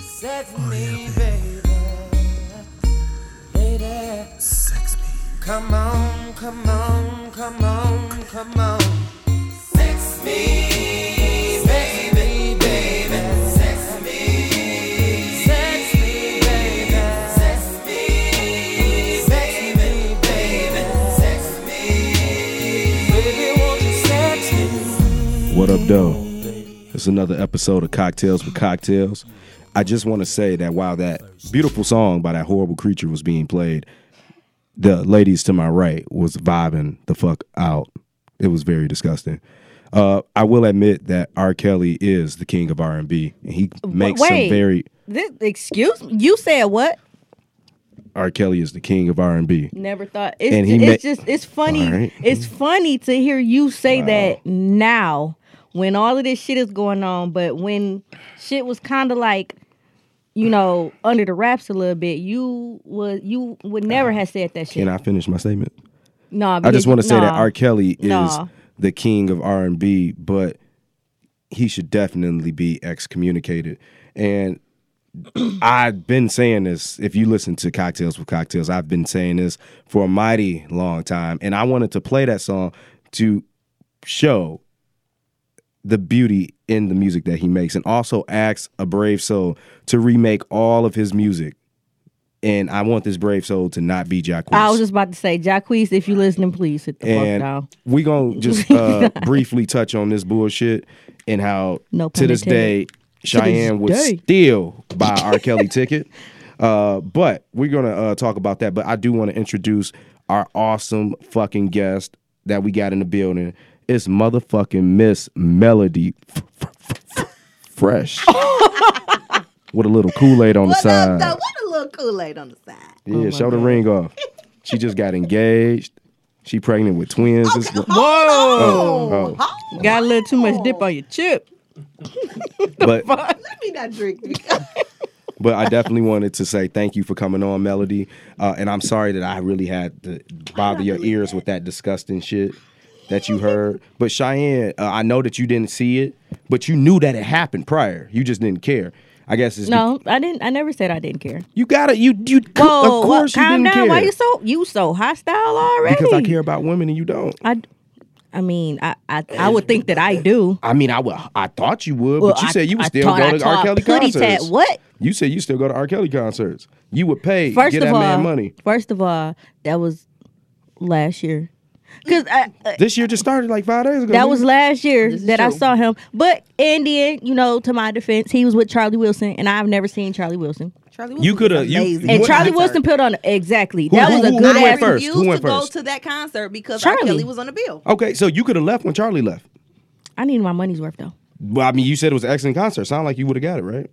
Sex me, baby. Lady. Sex me. Come on, come on, come on, come on. Sex me, baby, baby. Sex me. Sex me, baby. Sex me. Sex me, baby. Sex me. Baby, won't you sex me? What up, though? It's another episode of Cocktails with Cocktails. I just want to say that while that beautiful song by that horrible creature was being played, the ladies to my right was vibing the fuck out. It was very disgusting. Uh, I will admit that R. Kelly is the king of R and B, and he makes some wait. very. This, excuse me. You said what? R. Kelly is the king of R and B. Never thought. It's, And he it's ma- just it's funny. All right. It's funny to hear you say that now when all of this shit is going on. But when shit was kind of like, you know, under the wraps a little bit, you was you would never have said that shit. Can I finish my statement? no, I just want to say that our R. Kelly is Nah. the king of R and B, but he should definitely be excommunicated. And I've been saying this. If you listen to Cocktails with Cocktails, I've been saying this for a mighty long time, and I wanted to play that song to show the beauty in the music that he makes, and also asks a brave soul to remake all of his music. And I want this brave soul to not be Jacquees I was just about to say, Jacquees, if you listening, please sit the fuck and down. we gonna just uh, briefly touch on this bullshit and how No to pun this day intended. Cheyenne would day. still buy R. Kelly ticket. Uh, but we're gonna uh, talk about that. But I do want to introduce our awesome fucking guest that we got in the building. It's motherfucking Miss Melody F- F- F- F- Fresh with a little Kool Aid on the What side. up, though? What a little Kool Aid on the side. Oh Yeah, show the ring off. She just got engaged. She pregnant with twins. It's- Whoa! Oh, Got a little too much dip on your chip. but Let me not drink. but I definitely wanted to say thank you for coming on, Melody. Uh, and I'm sorry that I really had to bother your ears with that disgusting shit that you heard. But Cheyenne, uh, I know that you didn't see it, but you knew that it happened prior. You just didn't care. I guess it's No, I didn't. I never said I didn't care. be- you gotta you you Whoa, of course whoa, you calm didn't down. care Why you so you so hostile already? because I care about women and you don't. I, I mean, I, I, I would think that I do. I mean, I would I thought you would, Well, but you I- said you would I still taught- I go to R. taught Kelly Putty Tat concerts. what? You said you still go to R. Kelly concerts. You would pay First get of that all, man money. first of all, that was last year. Cause I, I- This year just started like five days ago. that nigga. was last year This is that I true. saw him. But in the end, you know, to my defense, he was with Charlie Wilson, and I've never seen Charlie Wilson. Charlie You coulda- you- amazing. And What- Charlie Wilson put on exactly. that who- was a who- good who went ass. first? refused Who went to go first? to that concert because R. Charlie. Kelly was on the bill. Okay, so you could have left when Charlie left. I need my money's worth though. Well, I mean, you said it was an excellent concert. Sound like you would have got it, right?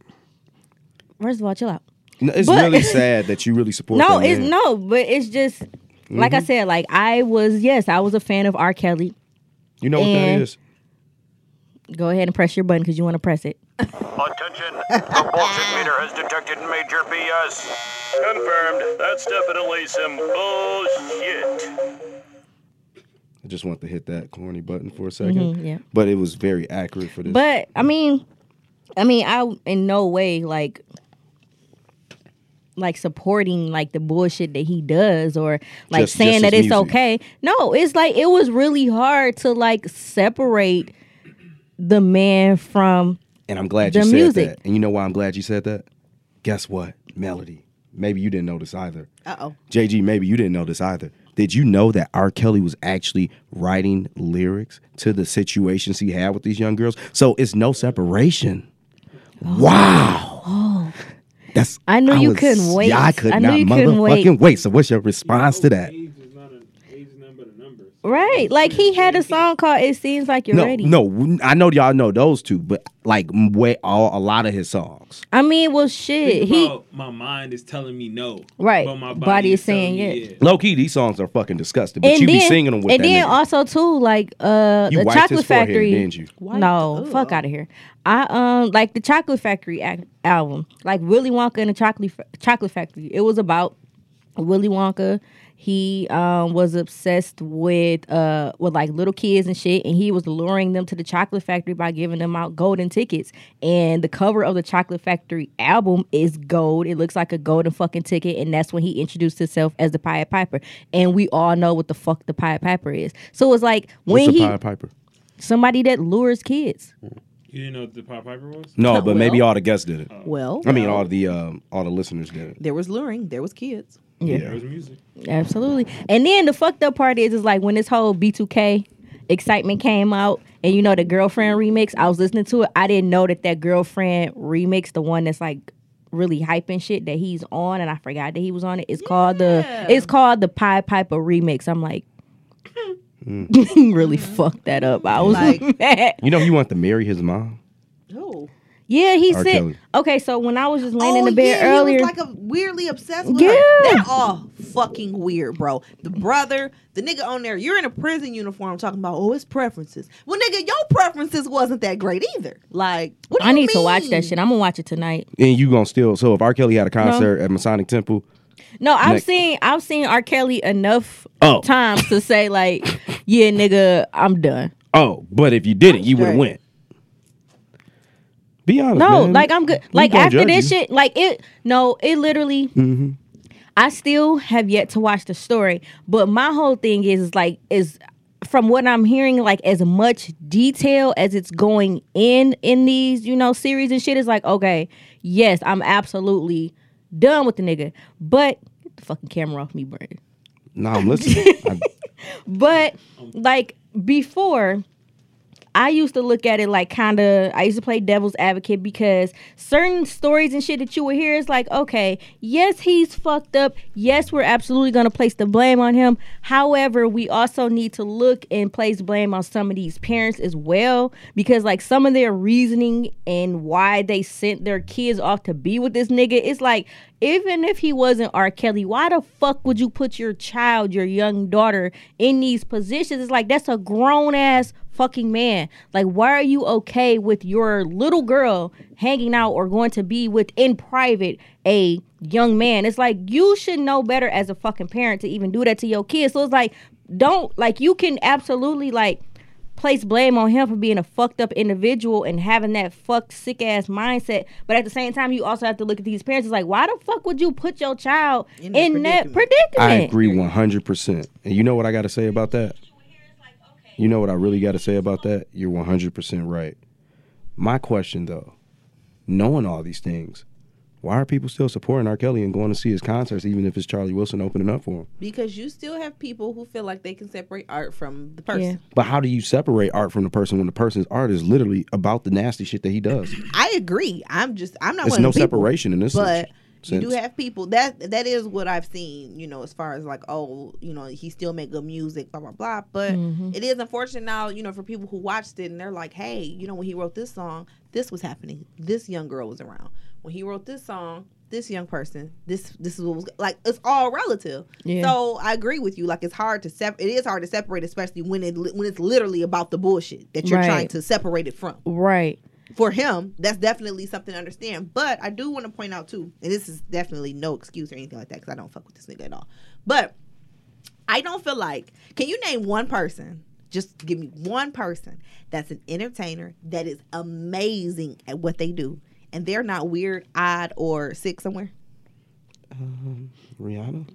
First of all, chill out. No, it's But- really sad that you really support. No, that it's man. no, but it's just like Mm-hmm. I said. Like I was, yes, I was a fan of R. Kelly. You know what that And- is? Go ahead and press your button because you want to press it. Attention, the bullshit meter has detected major BS. Confirmed, that's definitely some bullshit. I just want to hit that corny button for a 2nd Mhm, yeah. But it was very accurate for this. But I mean, I mean, I in no way like like supporting like the bullshit that he does or like Just- saying just that his it's music. okay. No, it's like it was really hard to like separate the man from and I'm glad the you said music. that. And you know why I'm glad you said that? Guess what? Melody. Maybe you didn't know this either. Uh oh. JG, maybe you didn't know this either. Did you know that R. Kelly was actually writing lyrics to the situations he had with these young girls? So it's no separation. Wow. That's I knew you couldn't wait. Yeah, I could I knew not you couldn't motherfucking wait. wait. So what's your response to that? Age is not an age is nothing but a number. So right. Like he had a song called "It Seems Like You're No, Ready." no, I know y'all know those two, but like m- way all a lot of his songs. I mean, well, shit. think He about my mind is telling me no. Right. But my Body body, is is telling saying me yes. yeah. Low key, these songs are fucking disgusting, but and you then be singing them with and that then nigga. also too like uh You the wiped his Chocolate forehead, Factory. didn't you? Wiped- no, Ugh. fuck out of here. I um like the Chocolate Factory ac- album, like Willy Wonka and the Chocolate Fa- Chocolate Factory. It was about Willy Wonka. He um, was obsessed with uh, with like little kids and shit, and he was luring them to the chocolate factory by giving them out golden tickets. And the cover of the Chocolate Factory album is gold. It looks like a golden fucking ticket, and that's when he introduced himself as the Pied Piper. And we all know what the fuck the Pied Piper is. So it's like What's when the he Pied Piper? somebody that lures kids. You didn't know what the Pied Piper was? No, but maybe well. all the guests did it. Well, I mean, all the um, all the listeners did it. there was luring. There was kids. There was music. Absolutely. And then the fucked up part is is like when this whole B2K excitement came out and you know the girlfriend remix, I was listening to it. I didn't know that that girlfriend remix, the one that's like really hyping shit that he's on and I forgot that he was on it. It's called the it's called the Pied Piper remix. I'm like really fucked that up. I was Mm-hmm. Like- mad. You know, he wanted to marry his mom. Oh, Yeah, he R. said Kelly. Okay, so when I was just laying in the bed yeah, earlier. He was like a weirdly obsessed with Yeah. her. They're all fucking weird, bro. The brother, the nigga on there, you're in a prison uniform talking about, oh, it's preferences. Well, nigga, your preferences wasn't that great either. Like, what do I you need to watch mean? that shit. I'm gonna watch it tonight. And you gonna still so if R. Kelly had a concert at Masonic Temple, No, I've Nick. seen I've seen R. Kelly enough Oh. times to say like, yeah, nigga, I'm done. oh, but if you didn't, you would have Right. went. Be honest. No, man. like I'm good. We Like gonna after judge this you. Mm-hmm. shit, like it. No, it literally. I still have yet to watch the story, but my whole thing is, is like is from what I'm hearing, like as much detail as it's going in in these you know series and shit is like okay, yes, I'm absolutely done with the nigga, but get the fucking camera off me, Brandon. No, I'm listening. I- But like before, I used to look at it like kind of. I used to play devil's advocate because certain stories and shit that you would hear is like, okay, yes, he's fucked up. Yes, we're absolutely gonna place the blame on him. However, we also need to look and place blame on some of these parents as well because like some of their reasoning and why they sent their kids off to be with this nigga, it's like even if he wasn't R. Kelly, why the fuck would you put your child, your young daughter, in these positions? It's like that's a grown ass fucking man. Like, why are you okay with your little girl hanging out or going to be with in private a young man? It's like you should know better as a fucking parent to even do that to your kids. So it's like, don't like you can absolutely like place blame on him for being a fucked up individual and having that fucked sick ass mindset. But at the same time, you also have to look at these parents. It's like, why the fuck would you put your child in, In that that predicament. predicament? I agree 100%. And you know what I got to say about that? You know what I really got to say about that? You're 100% right. My question, though, knowing all these things, why are people still supporting R. Kelly and going to see his concerts, even if it's Charlie Wilson opening up for him? Because you still have people who feel like they can separate art from the person. But how do you separate art from the person when the person's art is literally about the nasty shit that he does? I agree. I'm just, I'm not There's one no of the people, separation in this But you sense. do have people that that is what I've seen, you know, as far as like, oh, you know, he still make good music, blah blah blah. But Mm-hmm. it is unfortunate now, you know, for people who watched it and they're like, hey, you know, when he wrote this song, this was happening. This young girl was around. When he wrote this song, this young person, this this is what was like. It's all relative. Yeah. So I agree with you. Like it's hard to separate. It is hard to separate, especially when it li- when it's literally about the bullshit that you're Right. trying to separate it from Right. for him, that's definitely something to understand. But I do want to point out too, and this is definitely no excuse or anything like that because I don't fuck with this nigga at all. But I don't feel like can you name one person? Just give me one person that's an entertainer that is amazing at what they do, and they're not weird, odd, or sick somewhere. Rihanna?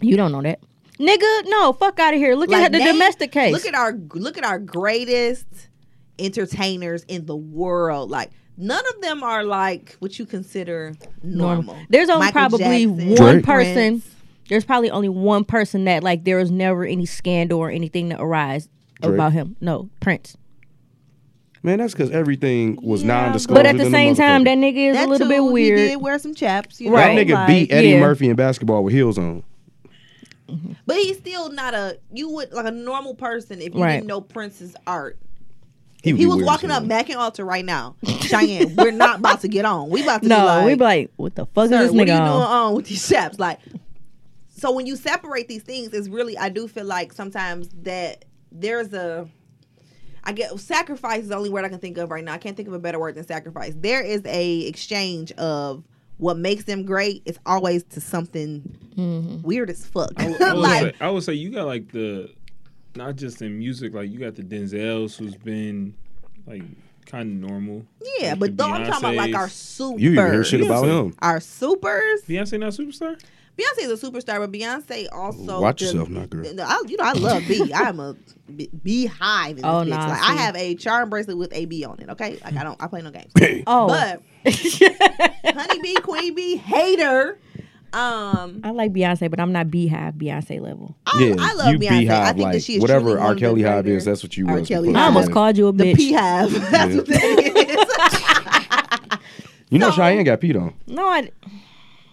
You don't know that. Nigga, no, fuck out of here. Look at the name- domestic case. Look at our look at our greatest entertainers in the world. Like none of them are like what you consider normal. There's only Michael probably Jackson, one Drake. person. Prince. There's probably only one person that like there was never any scandal or anything that arise Drake. about him. No, Prince. Man, that's because everything was non-disclosure. But at the than same time, motherfucker. that nigga is That a little too, bit weird. He did wear some chaps, you Right. know, that nigga like- beat Eddie yeah. Murphy in basketball with heels on. but he's still not a you would like a normal person if you Right. didn't know Prince's art. would He be was weird as walking hell. up Mac and Altar right now, Cheyenne. we're not about to get on. We about to No, be like, we be like, what the fuck Sir, is this what are you nigga doing on? on with these chaps? Like, so when you separate these things, it's really I do feel like sometimes that there's a I get sacrifice is the only word I can think of right now. I can't think of a better word than sacrifice. There is a exchange of what makes them great is always to something Mm-hmm. weird as fuck. Oh, I would, like, say, I would say you got like the, not just in music, like you got the Denzels who's been like kind of normal. yeah, Like but the though I'm talking about like our Beyonces. supers. You even hear shit about Beyonce. him. our supers. Beyonce not a superstar? Beyonce's a superstar, but Beyonce also Watch yourself now, girl. No, I, you know I love B. I'm a b- beehive in this Oh, bitch. nah, like I I see. have a charm bracelet with a B on it. Okay, like I don't I play no games. Oh, But honey bee, queen bee, hater. Um, I like Beyonce, but I'm not Beehive Beyonce level. I, Yeah, Oh, I love you Beyonce. I beehive think that like she is whatever truly one R. of the Kelly hive greater- is. That's what you R. was. Kelly before hive. I almost that. called you a the bitch. pee hive. That's what that is. You know Cheyenne got peed on. No, I,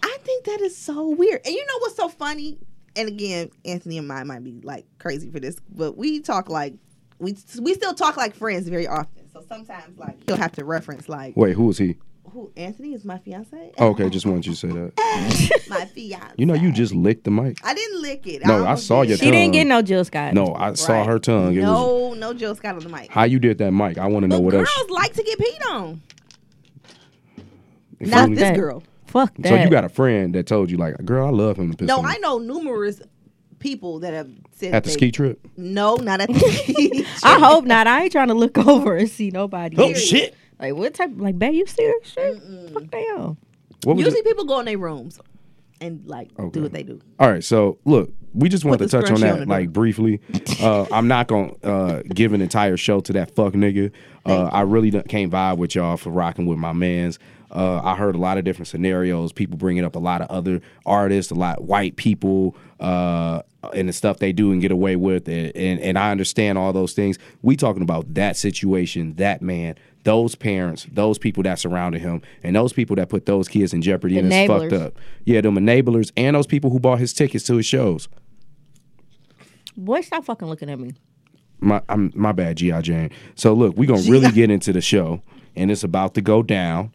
I think that is so weird. And you know what's so funny? And again, Anthony and I might be like crazy for this, but we talk like we we still talk like friends very often. So sometimes like you'll have to reference like Wait, who was he? who Anthony is my fiance. Oh, okay, just wanted you to say that. my fiance. You know, you just licked the mic. I didn't lick it. No, I almost saw did. your she didn't get Tongue. no Jill Scott. No, I saw Right. her tongue. It was No, no Jill Scott on the mic. how you did that mic. I want to know But what girls else. like to get peed on. If Not only- this That- girl. Fuck that. So you got a friend that told you like, girl, I love him. to piss No, on I me." know numerous people that have said At the they- ski trip. No, not at the ski. I hope not. I ain't trying to look over and see nobody. Oh shit! Like what type? Like, babe, you see that shit? Fuck damn. What was Usually it? people go in their rooms and like Okay. do what they do. All right, so look, we just wanted to Put the touch on scrunchie that on the door. like briefly. Uh, I'm not gonna uh, give an entire show to that fuck nigga. Uh, I really done- can't vibe with y'all for rocking with my man's. Uh, I heard a lot of different scenarios. People bringing up a lot of other artists, a lot white people, uh, and the stuff they do and get away with, and, and and I understand all those things. We talking about that situation, that man, those parents, those people that surrounded him, and those people that put those kids in jeopardy and it's fucked Enablers. up. Yeah, them enablers and those people who bought his tickets to his shows. Boy, stop fucking looking at me. My I'm, my bad, G.I. Jane. So look, we're gonna really get into the show and it's about to go down.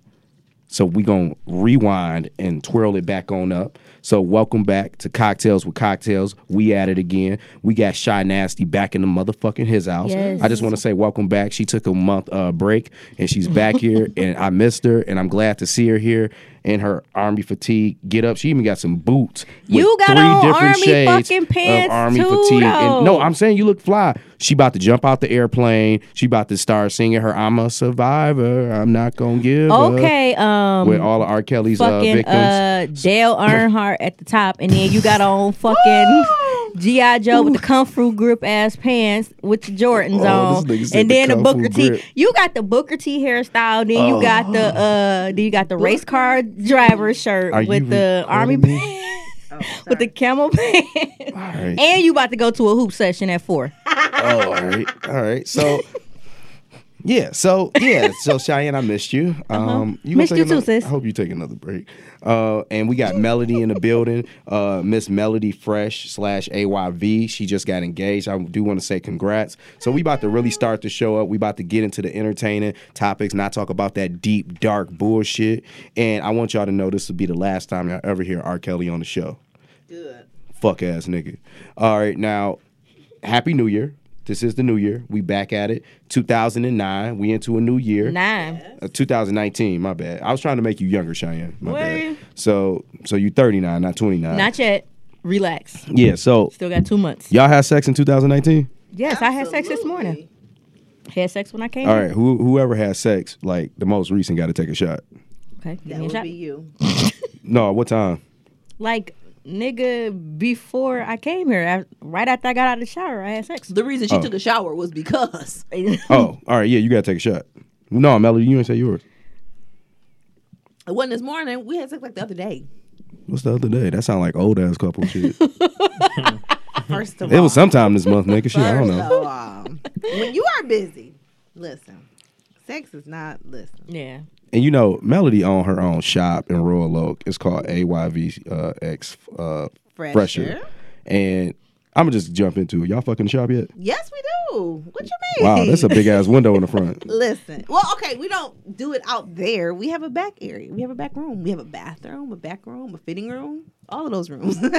So we're gonna rewind and twirl it back on up. So welcome back to Cocktails with Cocktails. We at it again. We got Shy Nasty back in the motherfucking his house. Yes. I just wanna say welcome back. She took a month uh, break and she's back here and I missed her and I'm glad to see her here in her army fatigue get up. She even got some boots. with You got three on different army shades fucking of pants army too, fatigue. And, no, though. I'm saying you look fly. She about to jump out the airplane. She about to start singing her "I'm a survivor. I'm not gonna give up." Okay, um, With all of R. Kelly's uh, fucking victims. uh, Dale Earnhardt at the top, and then you got on fucking GI Joe with the kung fu grip ass pants with the Jordans Oh, on, this nigga said and the then the Kung Booker Fu T. grip. Oh. You got the Booker T hairstyle. Then you got the uh, then you got the race car driver shirt Are you with the army recording me? pants, Oh, with the camel pants, all right. and you about to go to a hoop session at four. oh, all right. All right. So. Yeah, so yeah, so Cheyenne, I missed you. Um, you gonna Uh-huh. Missed take you too, another, sis. I hope you take another break. Uh, and we got Melody in the building. Uh, Miss Melody Fresh slash AYV. She just got engaged. I do want to say congrats. So we about to really start the show up. We about to get into the entertaining topics, not talk about that deep dark bullshit. And I want y'all to know this will be the last time y'all ever hear R. Kelly on the show Good. fuck ass nigga. All right, now, happy new year. This is the new year. We back at it. 2009. We into a new year. Nine. Uh, 2019. My bad. I was trying to make you younger, Cheyenne. My What? bad. So, so you 39, not 29. Not yet. Relax. yeah. So, Still got two months. y'all had sex in 2019. Yes, I had sex this morning. Had sex when I came. All in. right. Who, whoever has sex, like the most recent, got to take a shot. Okay. give That me a would shot. be you. No, what time? Like nigga, before I came here, I, right after I got out of the shower, I had sex. The reason she Oh. took a shower was because it Oh, all right. Yeah, you got to take a shot. No, Melody, you ain't say yours. wasn't this morning. We had sex like the other day. What's the other day? That sound like old ass couple shit. First of all, it was sometime this month, nigga. Shit, I don't first know. of all, when you are busy, listen. Sex is not listen. Yeah. And you know, Melody own her own shop in Royal Oak. It's called AYV uh, X uh, Fresher. Fresher. And I'm gonna just jump into it. Y'all fucking shop yet? Yes, we do. What you mean? Wow, that's a big ass window in the front. Listen. Well, okay, we don't do it out there. We have a back area. We have a back room. We have a bathroom, a back room, a fitting room, all of those rooms.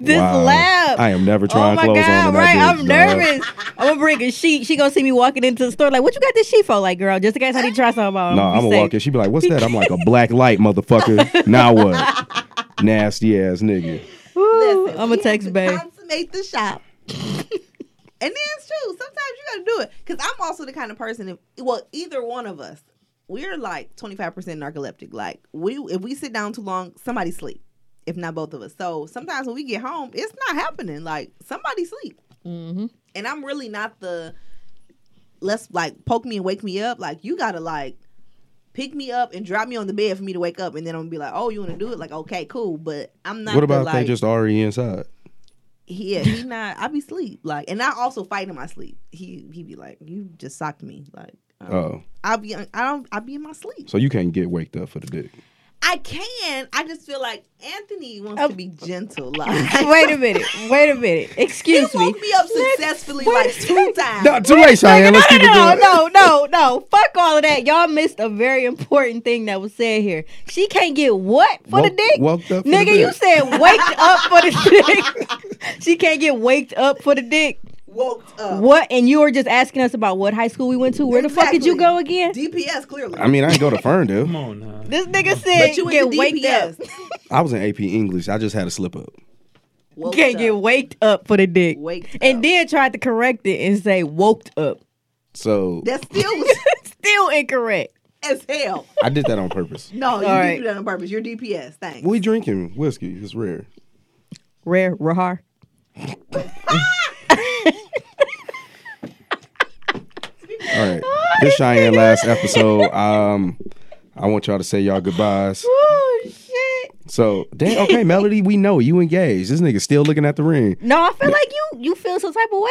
this Wow. lab. I am never Oh trying my clothes on. god! when I Right, do this, I'm dog. nervous. I'm gonna bring a sheet. She gonna see me walking into the store like, "What you got this sheet for?" Like, girl, just in case I need to try something on. No, Be I'm gonna safe. walk in. She be like, "What's that?" I'm like, "A black light, motherfucker." now what? Nasty ass nigga. Woo, Listen, I'm gonna we have text to babe. Consummate the shop. and then it's true. Sometimes you gotta do it. Cause I'm also the kind of person if well, either one of us, we're like 25% narcoleptic. Like we if we sit down too long, somebody sleep. If not both of us. So sometimes when we get home, it's not happening. Like somebody sleep. Mm-hmm. And I'm really not the let's like poke me and wake me up. Like you gotta like pick me up and drop me on the bed for me to wake up and then I'm gonna be like, Oh, you wanna do it? Like, okay, cool. But I'm not What the, about they like- just already inside? he yeah, he not. I be sleep like, and I also fight in my sleep. He he be like, you just socked me. Like, um, Oh, I be I don't I be in my sleep. so you can't get waked up for the dick. I can. I just feel like Anthony wants to be gentle. Like, Wait a minute. Wait a minute. he Excuse me. woke me up successfully like two times. No, too late, Cheyenne. Let's keep it No, going. no, no, no. Fuck all of that. Y'all missed a very important thing that was said here. She can't get what for the Woke- dick? Woke up for Nigga, the you dick. said waked up for the dick. she can't get waked up for the dick. Woke up. What? And you were just asking us about what high school we went to. Where the fuck did you Exactly. go again? DPS clearly. I mean, I didn't go to Come Ferndale. on now. This nigga said but you get went to waked up. DPS. I was in AP English. I just had a slip up. Woke Can't up. get waked up for the dick. Waked and up. then tried to correct it and say woked up. So That still was Still incorrect. as hell. I did that on purpose. No, you right. didn't do that on purpose. You're DPS. Thanks. We drinking whiskey. It's rare. Rare, rahar. All right. This Cheyenne last episode. Um, I want y'all to say y'all goodbyes. Oh shit. So, damn, okay, Melody, we know you engaged. This nigga still looking at the ring. No, I feel like you you feel some type of way.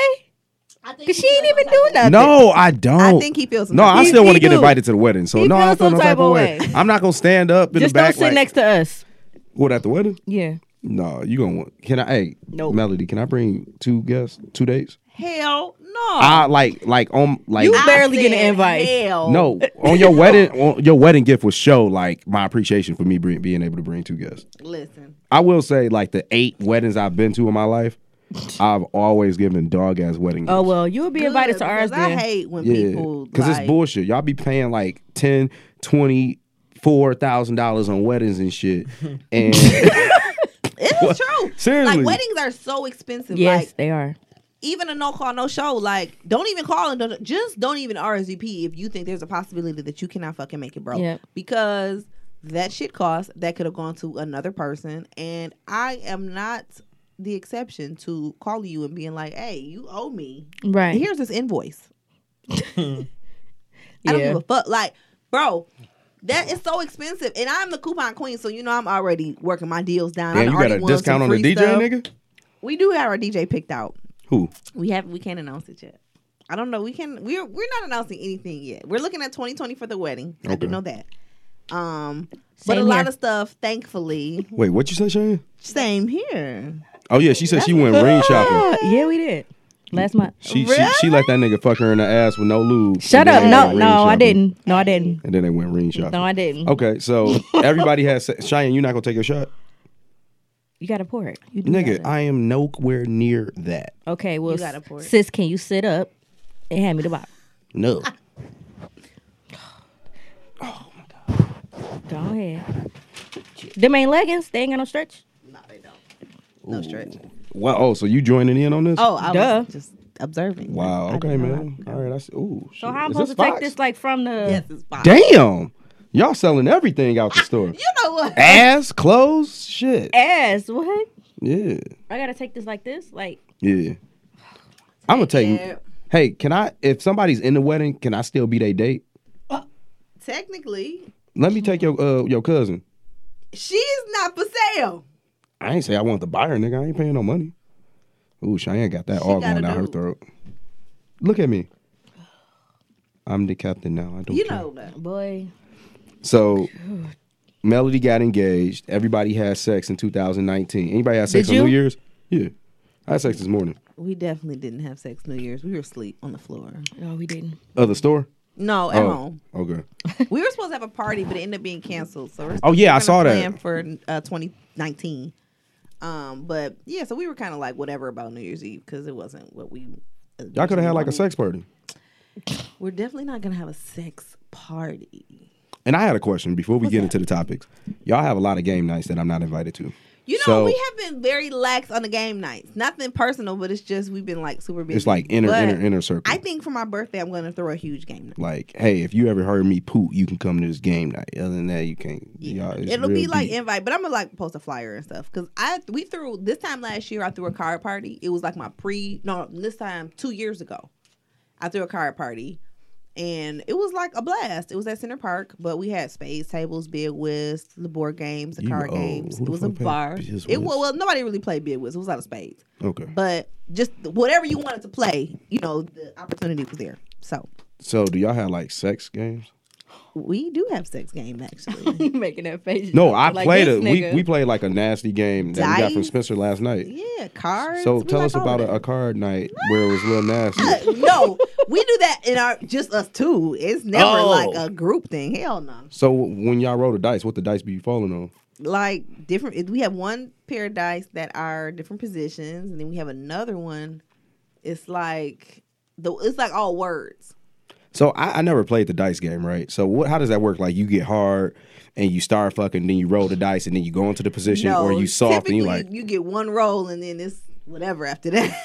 I think Cause he she ain't feels even like do that. nothing. No, I don't. I think he feels. no, I He- still want he to get do. invited to the wedding. So He no, I feels feel some no type type of of way. way. I'm not gonna stand up in Just the don't back. sit like, next to us. What at the wedding? Yeah. No, you gonna want? Can I? Hey, Nope. Melody, can I bring two guests, two dates? Hell no. I like, like on, like You I barely get an said invite. Hell no Oh. on your wedding. On, your wedding gift was show like my appreciation for me bring, being able to bring two guests. Listen. I will say, like the eight weddings I've been to in my life, I've always given dog ass wedding. Gifts. Oh well, you'll be invited Good, to ours because I then. hate when people because like, it's bullshit. Y'all be paying like ten, twenty, four thousand dollars on weddings and shit. And It's true. Seriously. like weddings are so expensive. yes, Like they are. even a no call, no show. Like don't even call and don't, just don't even RSVP if you think there's a possibility that you cannot fucking make it, bro. Yep. Because that shit costs that could have gone to another person, and I am not the exception to calling you and being like, "Hey, you owe me. Right. Here's this invoice." I yeah. don't give a fuck. Like, bro, that is so expensive. And I'm the coupon queen, so you know I'm already working my deals down. I Damn, you got already a won some discount on the free DJ, stuff. nigga. We do have our DJ picked out. Who? We have we can't announce it yet. I don't know. We can we're we're not announcing anything yet. We're looking at 2020 for the wedding. I Okay. do know that. Um but a Same lot here. of stuff, thankfully, Wait, what you say, Shane? same here. Oh yeah, she said she went ring shopping. Uh, yeah, we did last month. She, she she let that nigga fuck her in the ass with no lube. and Shut then up! they No, went ring no, I shopping. didn't. No, I didn't. And then they went ring shopping. No, I didn't. Okay, so everybody has se- Cheyenne. You not gonna take your shot, You gotta pour it. You do nigga? gotta. I am nowhere near that. okay, well, You gotta pour it. sis, can you sit up and hand me the bottle? No, Go ahead. Them ain't leggings. They ain't got no stretch. No, they don't. No stretch. Wow. Oh, so you joining in on this? Oh, I Duh. was just observing. wow. I- I Okay, didn't know man. Uh, All right. I see. Ooh. So shit. how I'm Is supposed to this take Fox? this like from the? that. Yes, it's fine. Damn. Y'all selling everything out the store. You know what? Ass, clothes, shit. ass. What? Yeah. I gotta take this like this. Like Yeah. I'm gonna tell you. it. Hey, can I if somebody's in the wedding, can I still be their date? Technically, Let me take your uh your cousin. she's not for sale. I ain't say I want the buyer, nigga. I ain't paying no money. Ooh, Cheyenne got that all got going a down her dude. throat. Look at me. I'm the captain now. I don't You care. know that. boy. So Melody got engaged. Everybody had sex in 2019. Anybody had sex Did on you? New Year's? Yeah. I had sex this morning. We definitely didn't have sex New Year's. We were asleep on the floor. No, we didn't. Oh, the store? No, at oh. home. Okay. We were supposed to have a party, but it ended up being canceled. So we're Oh, yeah, I we're gonna saw that. plan for uh, 2019. Um, but yeah, so we were kind of like whatever about New Year's Eve because it wasn't what we. Y'all could have had like a sex party. We're definitely not gonna have a sex party. And I had a question before we get into the topics. Y'all have a lot of game nights that I'm not invited to. You know, So- we have been very lax on the game nights. Nothing personal, but it's just we've been like super busy. It's like inner, But inner, inner circle. I think for my birthday, I'm gonna throw a huge game night. like, hey, if you ever heard me poop, you can come to this game night. Other than that, you can't. Y'all, it's It'll real be like deep. invite, but I'm gonna like post a flyer and stuff because I we threw this time last year. I threw a card party. It was like my pre no this time two years ago. I threw a card party, and it was like a blast. It was at Center Park, but we had spades tables, bid whiz, the board games, the You card old. games. Who It the was a fuck played bar. Biz It Whiz? well, well nobody really played bid whiz. It was out of spades, okay. but just whatever you wanted to play, you know, the opportunity was there. So So, do y'all have like sex games? we do have sex game actually. You making that face? No, I played this a we, nigga. we played like a nasty game that we got from Dice? Spencer last night. yeah, cards. So We tell like us all of about it. a, a card night where it was real nasty. no, we do that in our just us two. It's never Oh. like a group thing. Hell no. So when y'all roll the dice, what the dice be falling on? Like different. We have one pair of dice that are different positions, and then we have another one. It's like the. It's like all words. So I, I never played the dice game, right? So what? How does that work? Like you get hard and you start fucking, then you roll the dice, and then you go into the position, no, or you soft and you typically like. you get one roll, and then it's whatever after that.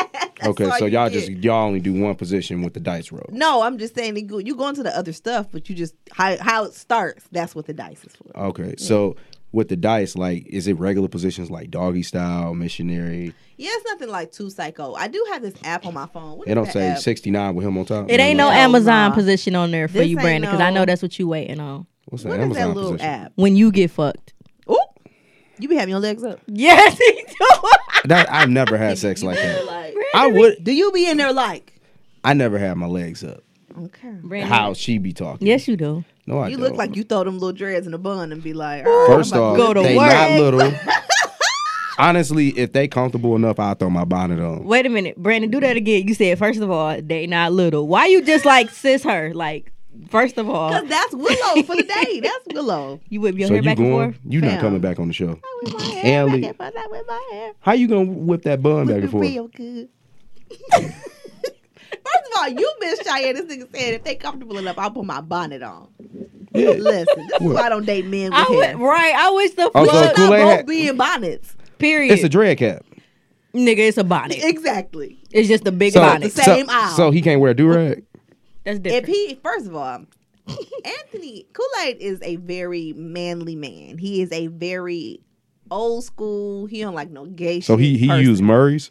That's Okay, all so you y'all get. just y'all only do one position with the dice roll. No, I'm just saying you go, you go into the other stuff, but you just how how it starts. That's what the dice is for. Okay, so with the dice, like is it regular positions like doggy style, missionary? Yeah, it's nothing like too psycho. I do have this app on my phone. What They is don't that say app? sixty nine with him on top. It ain't no Hell Amazon nah. position on there for This you, ain't Brandon, because I no- know that's what you waiting on. What's that What is Amazon that little position? app? When you get fucked. Oh, you be having your legs up. Yes, he do. That I've never had sex like that. Like, I would. do you be in there like? I never had my legs up. Okay. Brandon. How she be talking? Yes, you do. No, I Mm. You don't. look like you throw them little dreads in a bun and be like, all right, First I'm about off, to go to they work. not little. Honestly, if they comfortable enough, I'll throw my bonnet on. Wait a minute, Brandon. Do that again. You said first of all, they not little. Why you just like sis her? Like first of all, 'Cause that's Willow for the day. That's Willow. you whip your So hair you back going? and forth. You not Fam. coming back on the show? With my hair, And back Lee. and forth, like with my hair. How you gonna whip that bun back and Looking forth? real good. First of all, you miss Cheyenne. This nigga said if they comfortable enough, I'll put my bonnet on. Listen, this is why I don't date men with I hair. would, right. I wish the Oh, fuck. so Y'all Kool-Aid both had- be in bonnets. period. It's a dread cap. Nigga, it's a bonnet. Exactly. It's just a big So, bonnet. The same so, aisle. so he can't wear a do rag. That's if different. he first of all anthony kool-aid is a very manly man he is a very old school he don't like no gay So shit he he person. used Murray's.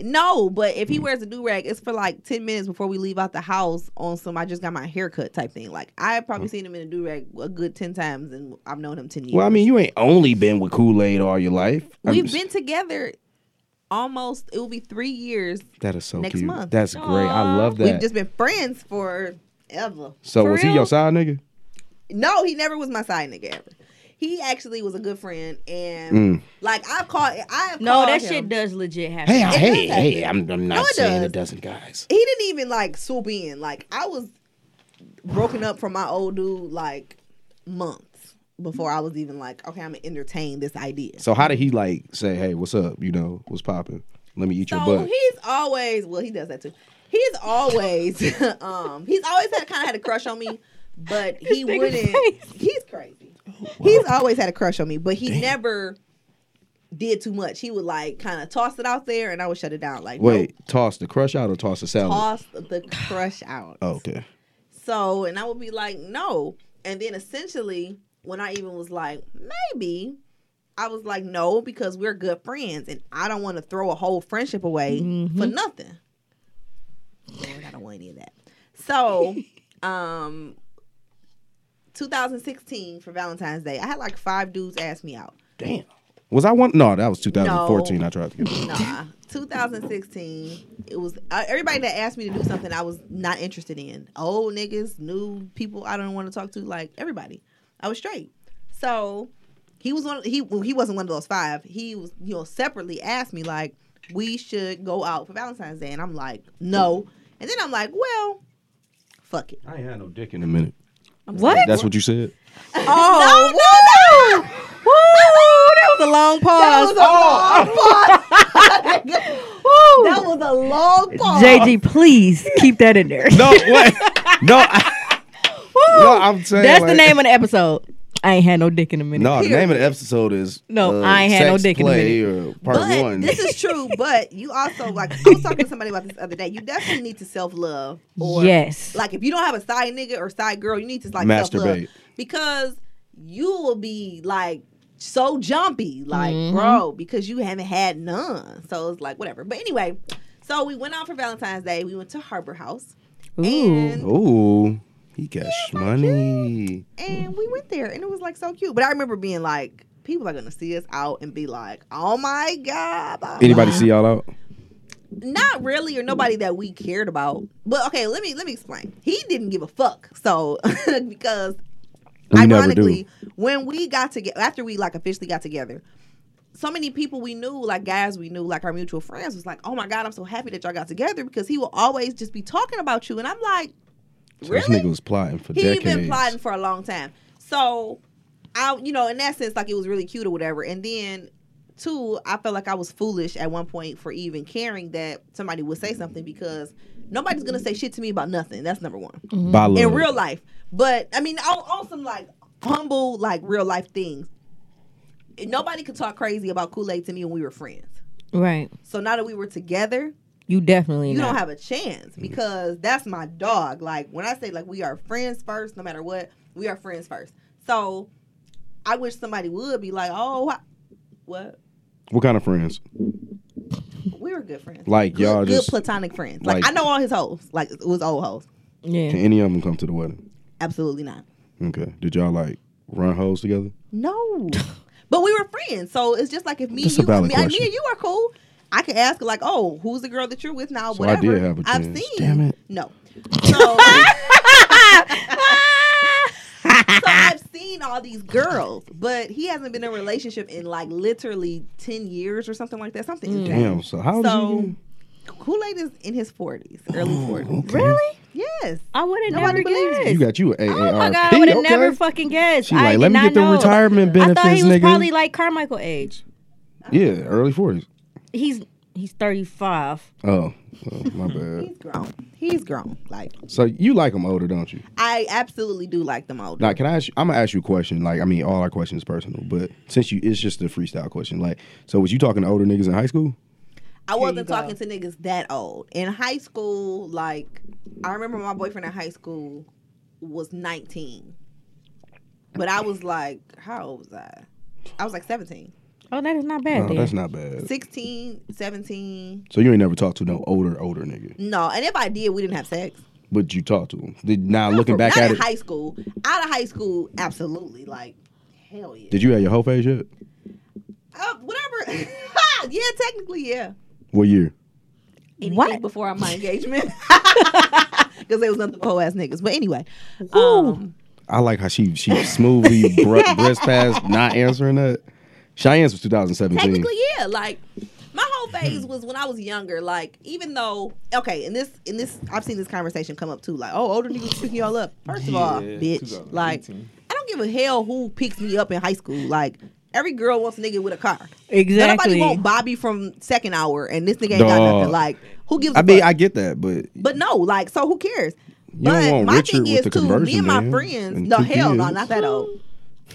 no but if he wears a do-rag it's for like 10 minutes before we leave out the house on some i just got my haircut type thing like i've probably seen him in a do-rag a good 10 times and i've known him 10 years Well, I mean, you ain't only been with Kool Aid all your life. I'm we've just- been together almost it will be three years That is so next cute. month. That's great. I love we've that. just been friends for ever so For was he real? your side nigga? No, he never was my side nigga ever. He actually was a good friend, and Mm. like I've called, I have no, called that him. shit does legit happen. Hey, I, does hey, happen. hey! I'm, I'm not No, it saying does. it doesn't, guys. He didn't even like swoop in. Like I was broken up from my old dude like months before I was even like, okay, I'm gonna entertain this idea. So how did he like say, "Hey, what's up? You know, what's popping? Let me eat your So butt." he's always well, he does that too. He's always um he's always had kind of had a crush on me, but he nigga wouldn't. face. He's crazy. Oh, He's always had a crush on me, but he never did too much. He would like kind of toss it out there, and I would shut it down. Like Wait, toss the crush out or toss the salad? nope, toss the crush out. Oh, okay. So, and I would be like, no. And then essentially, when I even was like, maybe, I was like, no, because we're good friends and I don't want to throw a whole friendship away for nothing. Lord, I don't want any of that. So, um, 2016 for Valentine's Day, I had like five dudes ask me out. Damn. Was I one? No, that was 2014. I tried to get. Nah, 2016. It was uh, everybody that asked me to do something I was not interested in. Old niggas, new people I don't want to talk to. Like everybody, I was straight. So he was one. He well, he wasn't one of those five. He was you know separately asked me like we should go out for Valentine's Day, and I'm like no. And then I'm like, well, fuck it. I ain't had no dick in a minute. what? That's what you said. oh, no, no, no. Woo, that That's a long That was pause. a long pause. that was a long pause. JG, please keep that in there. No, what? no, I, no, I'm saying That's the like- name of the episode. I ain't had no dick in a minute. No, the name of the episode is uh, No, I ain't had no Sex, dick in a play or part but one. this is true. But you also like I was talking to somebody about this the other day. You definitely need to self love. Or Yes. like if you don't have a side nigga or side girl, you need to like self love Masturbate. because you will be like so jumpy, like bro, because you haven't had none. So it's like whatever. But anyway, so we went out for Valentine's Day. We went to Harbor House. And Ooh, he got money. and we went there and it was like so cute. But I remember being like, people are gonna see us out and be like, oh my god. blah, blah, Anybody see y'all out? not really or nobody that we cared about. But okay, let me let me explain. He didn't give a fuck. So because We never do. ironically, when we got together after we like officially got together, so many people we knew, like guys we knew, like our mutual friends, was like, "Oh my god, I'm so happy that y'all got together," because he will always just be talking about you, and I'm like, So "Really?" This nigga was plotting for he decades. been plotting for a long time. So, I you know in that sense like it was really cute or whatever. And then two, I felt like I was foolish at one point for even caring that somebody would say something because nobody's gonna say shit to me about nothing. That's number one By love. in real life. But I mean, on, on some like humble like real life things. Nobody could talk crazy about Kool Aid to me when we were friends. Right. So now that we were together, You definitely you not. don't have a chance Mm-hmm. because that's my dog. Like when I say like we are friends first, no matter what, we are friends first. So I wish somebody would be like, oh, I, what? What kind of friends? We were good friends. Like, Good- y'all good just- platonic friends. Like, like- I know all his hoes. Like it was old hoes. yeah. Can any of them come to the wedding? Absolutely not. Okay. Did y'all like run hoes together? No. but we were friends, so it's just like if me, and That's a you, me, valid me and question. you are cool. I can ask like, oh, who's the girl that you're with now? So I Whatever. did have a I've chance. seen. Damn it. No. So. so I've seen all these girls, but he hasn't been in a relationship in like literally ten years or something like that. Something. Mm. Damn. So how old is you? So again? Oh, Kool Aid is in his forties, early forties. Okay. Yes. I would have never Nobody believes guessed. You got you a AARP. Oh my god, I would have okay? never fucking guessed. She I like, did let me not get the know. retirement I thought benefits, he was nigga. probably like Carmichael age. yeah, early 40s. He's he's thirty five. Oh, oh, my bad. He's grown. He's grown. Like So you like them older, don't you? I absolutely do like them older. Now, can I ask you? I'm gonna ask you a question. Like, I mean, all our questions personal, but since you, it's just a freestyle question. Like, so was you talking to older niggas in high school? I wasn't go. talking to niggas that old. In high school, like I remember my boyfriend in high school was 19. But I was like, how old was I? I was like 17. Oh, that is not bad. No, then. that's not bad. 16, 17. So you ain't never talked to no older older nigga, No, and if I did, we didn't have sex. but you talked to him. Did, now looking back Not at in it, high school. Out of high school, absolutely. Like, hell yeah. did you have your whole phase yet? Uh, whatever. yeah, technically, yeah. What year? anything What? before my engagement. Because they was nothing but ass niggas. But anyway. Um, I like how she she smoothly br- breast past not answering that. Cheyenne's was 2017. technically yeah like my whole phase was when i was younger like even though okay and this and this i've seen this conversation come up too like oh older niggas picking y'all up first of all Yeah, bitch 2018. like i don't give a hell who picks me up in high school like every girl wants a nigga with a car Exactly. nobody want bobby from second hour and this nigga ain't got Dog. nothing like who gives a I mean, fuck? I get that, but But no, like, so who cares? don't But want my Richard thing with is the too. Me conversion, and my man, friends. and No two hell, no, kids. not that old.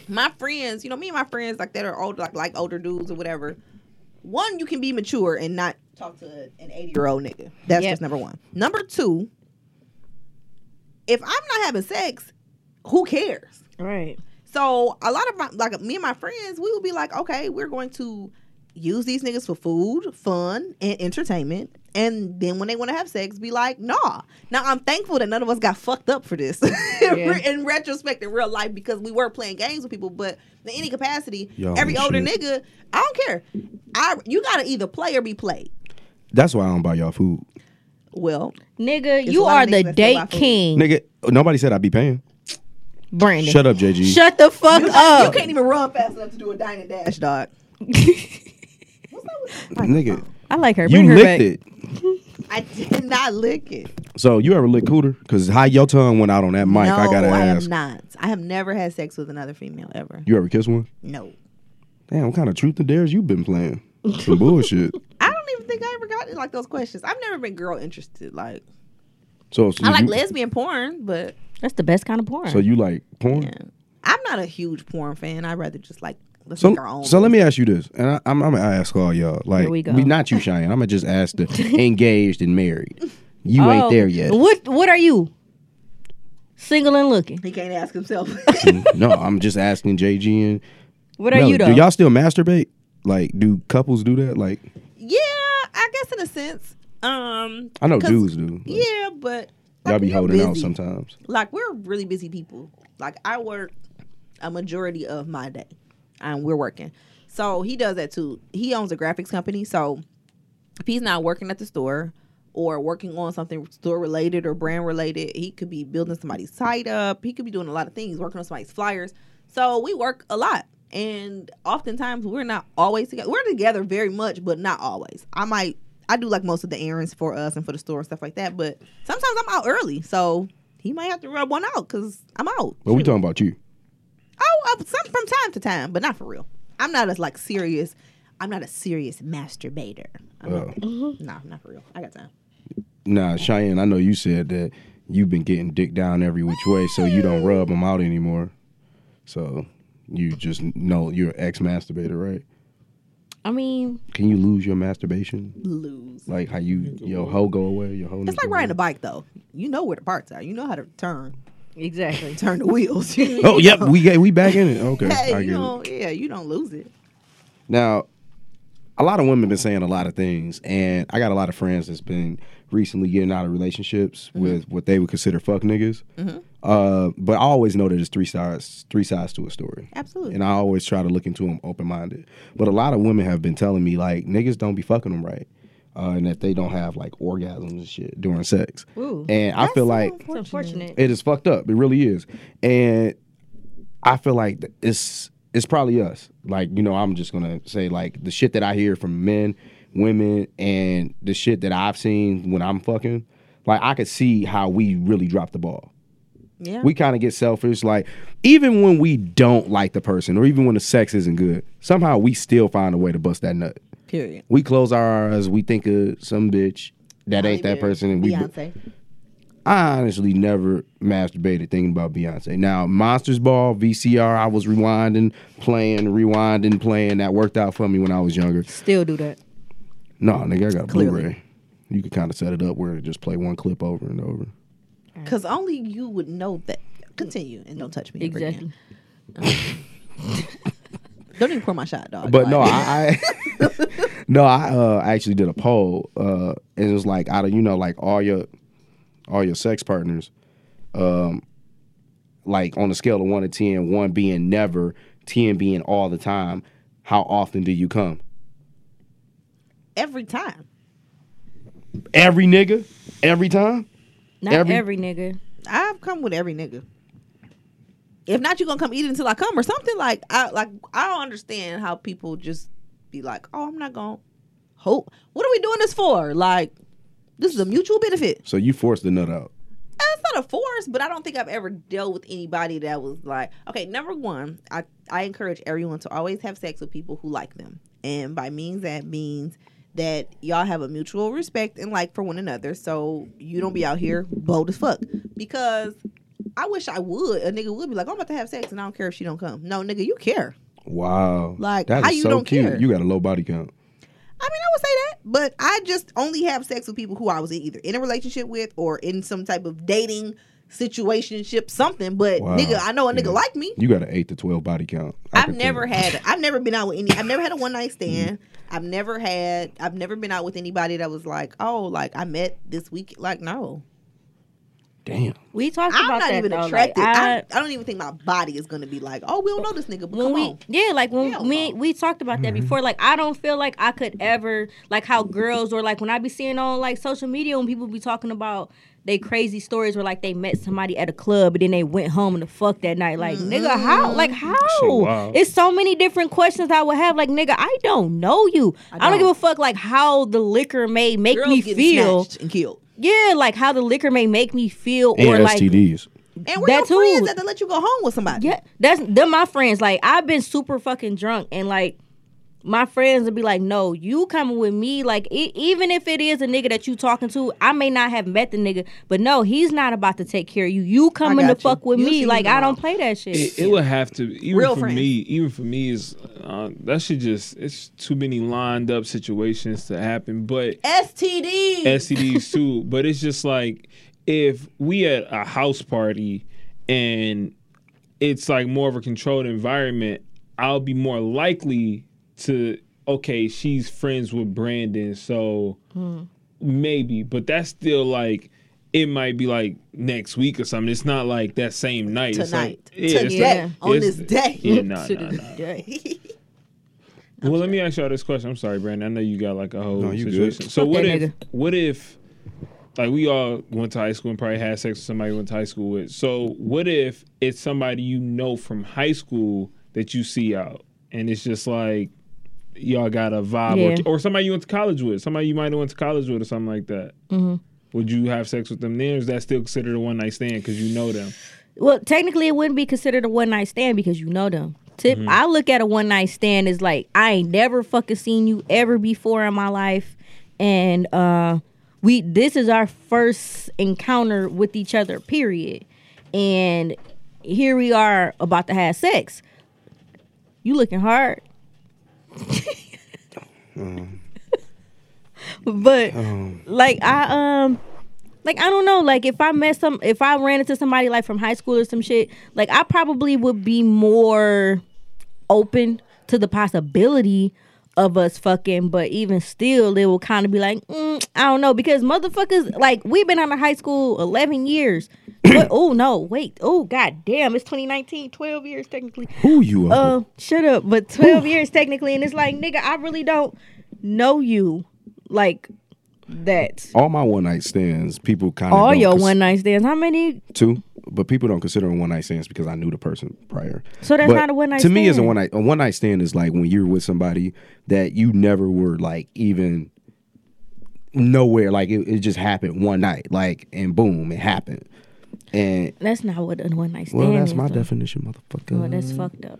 My friends, you know, me and my friends like that are older, like like older dudes or whatever. One, you can be mature and not talk to an eighty year old nigga. That's Yep. just number one. Number two, if I'm not having sex, who cares? right. So a lot of my like me and my friends, we would be like, okay, we're going to use these niggas for food, fun, and entertainment. And then when they want to have sex, be like, nah. Now I'm thankful that none of us got fucked up for this Yeah. in retrospect in real life because we were playing games with people. But in any capacity, Y'all every ain't older shit. nigga, I don't care. I you gotta either play or be played. that's why I don't buy y'all food, Well, Nigga, It's a you lot are of the niggas that still buy date food. king, nigga. Nobody said I'd be paying. Brandon. Shut up, JG. Shut the fuck you up. can't even run fast enough to do a dine and dash, dog. nigga. I like her. Bring You her licked back. it. I did not lick it. So you ever lick cooter? Cause how your tongue went out on that mic? no, I gotta I ask. am not. I have never had sex with another female ever. You ever kiss one? No. Damn, what kind of truth and dares you been playing? Some bullshit. I don't even think I ever got like those questions. I've never been girl interested. Like So, so I like you, lesbian porn, but That's the best kind of porn. So you like porn? yeah. I'm not a huge porn fan. I'd rather just like let's So, make our own. so let me ask you this, and I, I'm, I'm gonna ask all y'all. Like, we go. we- not you, Cheyenne. I'm gonna just ask the engaged and married. You ain't Oh, there yet. What What are you? Single and looking. he can't ask himself. no, I'm just asking JG and. What are Melly, you though? do y'all still masturbate? Like, do couples do that? Like, yeah, I guess in a sense. Um, I know 'cause- dudes do. but Yeah, but y'all like, be we're holding out busy. sometimes. Like we're really busy people. Like I work a majority of my day, and we're working. So he does that too. He owns a graphics company, so if he's not working at the store or working on something store related or brand related, he could be building somebody's site up. He could be doing a lot of things, working on somebody's flyers. So we work a lot. And oftentimes we're not always together. We're together very much, but not always. I might I do like most of the errands for us and for the store and stuff like that, but sometimes I'm out early. So he might have to rub one out because I'm out. But we Shoot. talking about you. Oh, uh, some from time to time, but not for real. I'm not as like serious. I'm not a serious masturbator. I'm not Oh. that- Nah, not for real. I got time. Nah, Cheyenne, I know you said that you've been getting dick down every which way, so you don't rub them out anymore. So you just know you're an ex masturbator, right? I mean, Can you lose your masturbation? Lose. Like how you your hoe go away, your hoe. It's like riding a bike though. You know where the parts are. You know how to turn, exactly. turn the wheels. oh Oh yep, we get we back in it. Okay, I Hey, get you it. don't, yeah, you don't lose it. Now, a lot of women been saying a lot of things, and I got a lot of friends that's been recently getting out of relationships Mm-hmm. with what they would consider fuck niggas. Uh, but I always know that there's three sides, three sides to a story. Absolutely. And I always try to look into them open minded. But a lot of women have been telling me like niggas don't be fucking them right, uh, and that they don't have like orgasms and shit during sex. Ooh. and I feel like It's unfortunate. it is fucked up. It really is. And I feel like th- it's it's probably us. Like, you know, I'm just gonna say like the shit that I hear from men, women, and the shit that I've seen when I'm fucking, like I could see how we really drop the ball. Yeah. We kind of get selfish. Like, even when we don't like the person or even when the sex isn't good, somehow we still find a way to bust that nut. Period. We close our eyes, we think of some bitch that ain't that person, and we Beyonce. I honestly never masturbated thinking about Beyonce. Now, Monsters Ball, VCR, I was rewinding, playing, rewinding, playing. That worked out for me when I was younger. Still do that. No, nigga, I got a Clearly. Blu-ray. You could kind of set it up where it just play one clip over and over. Because only you would know that. Continue and don't touch me. ever again. Exactly. Don't even pour my shot, dog. But no, I, I no, I uh, actually did a poll, uh, and it was like out of you know like all your all your sex partners, um, like on a scale of one to ten, one being never, ten being all the time. How often do you come? every time. every nigga every time Not Every- every, nigga. I've come with every nigga. If not, you gonna come eat it until I come or something. Like I like I don't understand how people just be like, oh, I'm not gonna hope. What are we doing this for? Like this is a mutual benefit. so you forced the nut out That's Uh, not a force, but I don't think I've ever dealt with anybody that was like, okay, number one, I I encourage everyone to always have sex with people who like them, and by means that means that y'all have a mutual respect and like for one another, so you don't be out here bold as fuck because I wish I would. A nigga would be like, I'm about to have sex and I don't care if she don't come. No, nigga, you care. wow Like, That is how you don't care? you got a low body count I mean, I would say that, but I just only have sex with people who I was either in a relationship with or in some type of dating situationship, something. But Wow. nigga, I know a nigga Yeah. like me. you got an 8 to 12 body count I I've can Mm-hmm. never tell. had. I've never been out with any. I've never had a one night stand. I've never had. I've never been out with anybody that was like, oh, like I met this week. Like, no, damn We talked I'm about not that even though. Like, attracted. I, I- I don't even think my body is gonna be like, oh, we don't know this nigga. But when come we on. yeah like when Hell me no. we talked about that before like i don't feel like i could ever like how girls or like when i be seeing on like social media when people be talking about they crazy stories where like they met somebody at a club and then they went home and the fuck that night like Mm-hmm. nigga how like how wild. it's so many different questions i would have like nigga i don't know you i don't, don't. give a fuck like how the liquor may make Girls me getting feel snatched and killed, yeah like how the liquor may make me feel and or like STDs and we're That your friends too. that they let you go home with somebody. yeah, that's them my friends. Like I've been super fucking drunk and like my friends would be like, "No, you coming with me?" Like, e- even if it is a nigga that you talking to, I may not have met the nigga, but no, he's not about to take care of you. You coming to got you. fuck with You see me? me Like, I tomorrow. don't play that shit. It, it would have to even Real for friends. me. Even for me is uh, that should just it's too many lined up situations to happen. But STD. STDs E too. But it's just like if we at a house party and it's like more of a controlled environment, I'll be more likely to okay, she's friends with Brandon, so Hmm. maybe. But that's still like it might be like next week or something. It's not like that same night. It's like- Tonight. yeah, it's Today. like- On it's- this day. Yeah, nah, Shit nah, is nah. gay. Well, let me ask y'all this question. I'm sorry, Brandon. I know you got like a whole No, you good. situation. So Fuck what that if nigga. what if like we all went to high school and probably had sex with somebody we went to high school with. So what if it's somebody you know from high school that you see out and it's just like y'all got a vibe Yeah. or, or somebody you went to college with, somebody you might have went to college with or something like that. Would you have sex with them then? Or is that still considered a one night stand because you know them? Well, technically, it wouldn't be considered a one night stand because you know them. Tip, I look at a one night stand as like I ain't never fucking seen you ever before in my life, and uh, we this is our first encounter with each other. Period, and here we are about to have sex. You looking hard. but like I um like I don't know, like if I met some if I ran into somebody like from high school or some shit, like I probably would be more open to the possibility of us fucking, but even still it will kind of be like, mm, I don't know, because motherfuckers like we've been out of high school eleven years. What- oh no, wait. Oh god damn, it's 2019, 12 years technically. Who you are? Uh, Um, shut up. But 12 years technically, and it's like, nigga, I really don't know you like that. all my one night stands, people kind of All your one night stands. How many? two, but people don't consider them one night stands because I knew the person prior. So that's But not a one-night To me, is a stand. one night a one night stand is like when you're with somebody that you never were like even nowhere. Like it, it just happened one night, like and boom, it happened. And That's not what a one night stand well, that's is. my though. definition, motherfucker. Oh, that's fucked up.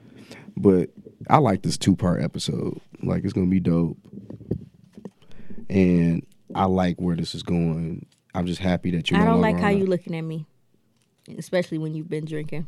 but I like this two part episode. Like it's gonna be dope, and I like where this is going. I'm just happy that you. I no don't longer like how on you a- looking at me, especially when you've been drinking.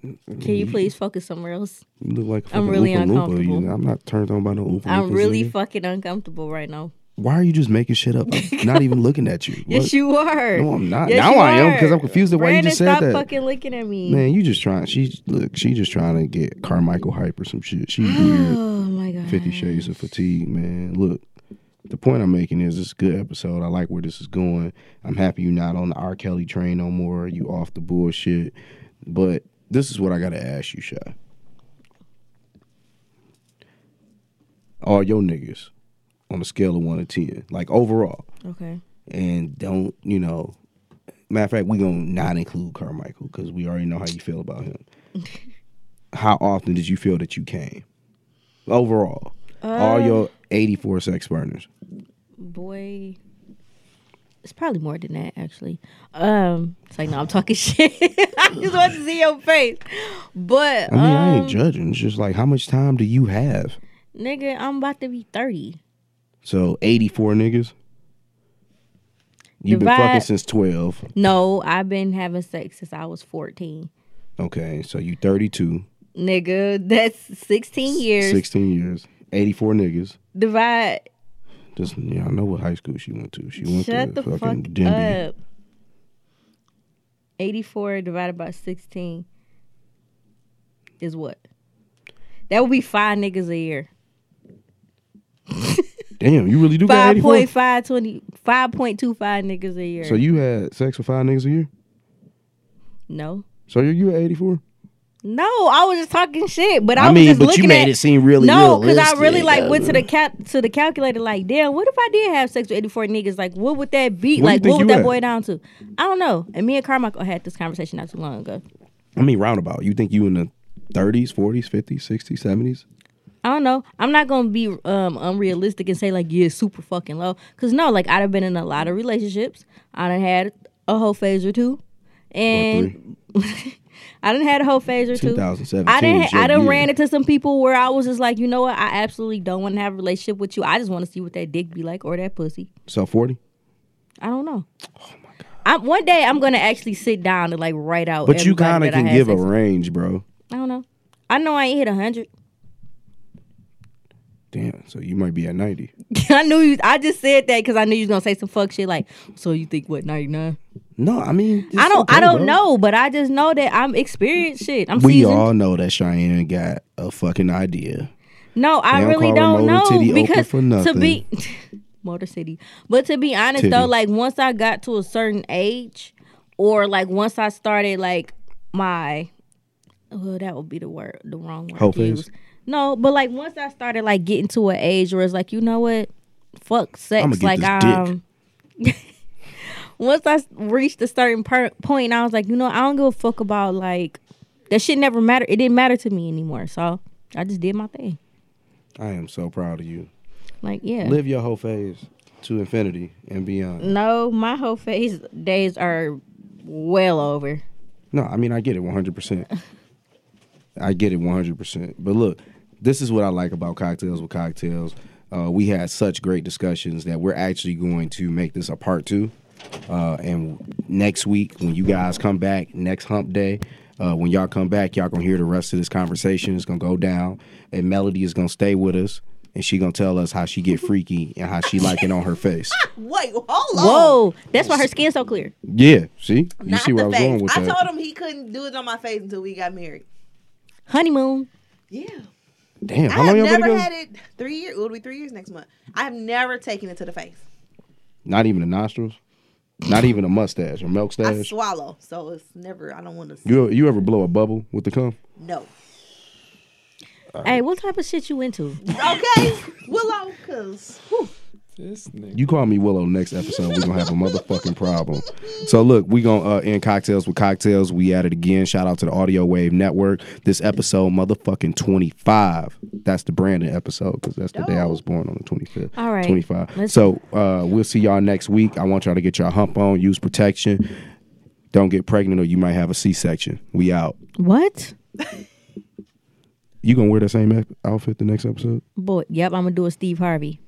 Can Mm-hmm. you please focus somewhere else? You look like a I'm fucking really Oompa Loompa, you uncomfortable. know? I'm not turned on by no Oompa I'm Loompas really nigga. fucking uncomfortable right now. Why are you just making shit up? I'm not even looking at you. Yes, What? you are. No, I'm not. Yes, Now you I am, 'cause are. I'm confused at why you Brandon, just said stop that. fucking looking at me. Man, you just trying. She look. She just trying to get Carmichael hype or some shit. She weird. Oh my god. Fifty Shades of Fatigue, man. Look, the point I'm making is it's a good episode. I like where this is going. I'm happy you're not on the R. Kelly train no more. You off the bullshit. But this is what I gotta ask you, Shy. All your niggas on a scale of one to ten, like overall, Okay. and don't you know? Matter of fact, we gonna not include Carmichael because we already know how you feel about him. how often did you feel that you came overall? all Um, your eighty-four sex partners. boy it's probably more than that actually um it's like no i'm talking shit i just want to see your face but I mean, I um, ain't judging. It's just like how much time do you have? nigga i'm about to be 30 So eighty-four niggas. You've been Divide- fucking since twelve. no i've been having sex since i was 14 Okay, so you thirty-two. nigga that's 16 years Sixteen years. Eighty-four niggas. divide Just yeah, I know what high school she went to. She went shut to the fuck fucking Denby. up 84 divided by 16 is what that would be five niggas a year Damn, you really do got Five eighty-four. point five twenty five point two five niggas a year. So you had sex with five niggas a year. no. So you're you at 84? No, I was just talking shit, but I, I was mean, just but you looking made at, it seem really no, because I really realistic. like went to the cal- to the calculator. Like, damn, what if I did have sex with eighty four niggas? Like, what would that What do you be? like, think what you would that at? boy down to? I don't know. And me and Carmichael had this conversation not too long ago. I mean, roundabout. You think you in the 30s, 40s, 50s, 60s, 70s? I don't know. I'm not gonna be um, unrealistic and say like yeah, super fucking low. Cause no, like I'd have been in a lot of relationships. I done had a whole phase or two, and I didn't had a whole phase or two. 2017 I didn't. is your I done year. ran into some people where I was just like, you know what? I absolutely don't want to have a relationship with you. I just want to see what that dick be like or that pussy. So forty. I don't know. Oh my god. I, one day I'm gonna actually sit down and like write out. But you everybody kind of that I can had give a sex with. range, bro. I don't know. I know I ain't hit hundred. Damn. So you might be at ninety. I knew you. I just said that because I knew you was gonna say some fuck shit like. So you think what ninety nine? No, I mean it's I don't. okay, I don't bro. know, but I just know that I'm experienced shit. I'm We seasoned. all know that Cheyenne got a fucking idea. No, They I don't call really it don't Motor know City Oprah because for to nothing. be Motor City, but to be honest though, Titty. like once I got to a certain age, or like once I started like my, well, that would be the word, the wrong word. Whole to phase? use. No, but like once I started like getting to an age where it's like you know what, fuck sex. I'ma get like this dick. um, once I s- reached a certain per- point, I was like, you know, I don't give a fuck about like that shit. Never matter. It didn't matter to me anymore. So I just did my thing. I am so proud of you. Like, yeah. Live your whole phase to infinity and beyond. No, my whole face days are well over. No, I mean I get it 100%. I get it 100%. But look, this is what I like about cocktails with cocktails. Uh, we had such great discussions that we're actually going to make this a part 2. Uh, and next week when you guys come back, next hump day, uh, when y'all come back, y'all gonna hear the rest of this conversation. It's gonna go down, and Melody is gonna stay with us, and she gonna tell us how she get freaky and how she like it on her face. Wait, hold on. Whoa, that's why her skin's so clear. Yeah, see, you Not see where I the was face. going with I that. told him he couldn't do it on my face until we got married. Honeymoon. Yeah. Damn, I how have long y'all been never together? had it three years. It'll be three years next month. I have never taken it to the face. Not even the nostrils. Not even a mustache or milk I stash. swallow, so it's never. I don't want to. You you ever blow a bubble with the cum? No. Hey, what type of shit you into? Okay, Willow, cause whew, This nigga. You call me Willow next episode. We're gonna have a motherfucking problem. So look, we gonna uh, end cocktails with cocktails. We at it again. Shout out to the Audio Wave Network. This episode, motherfucking twenty five. That's the Brandon episode because that's the day I was born on the twenty fifth. All right. twenty five. Let's- So uh, we'll see y'all next week. I want y'all to get y'all hump on. Use protection. Don't get pregnant or you might have a C section. We out. What? You gonna wear that same outfit the next episode? Boy, yep, I'm gonna do a Steve Harvey.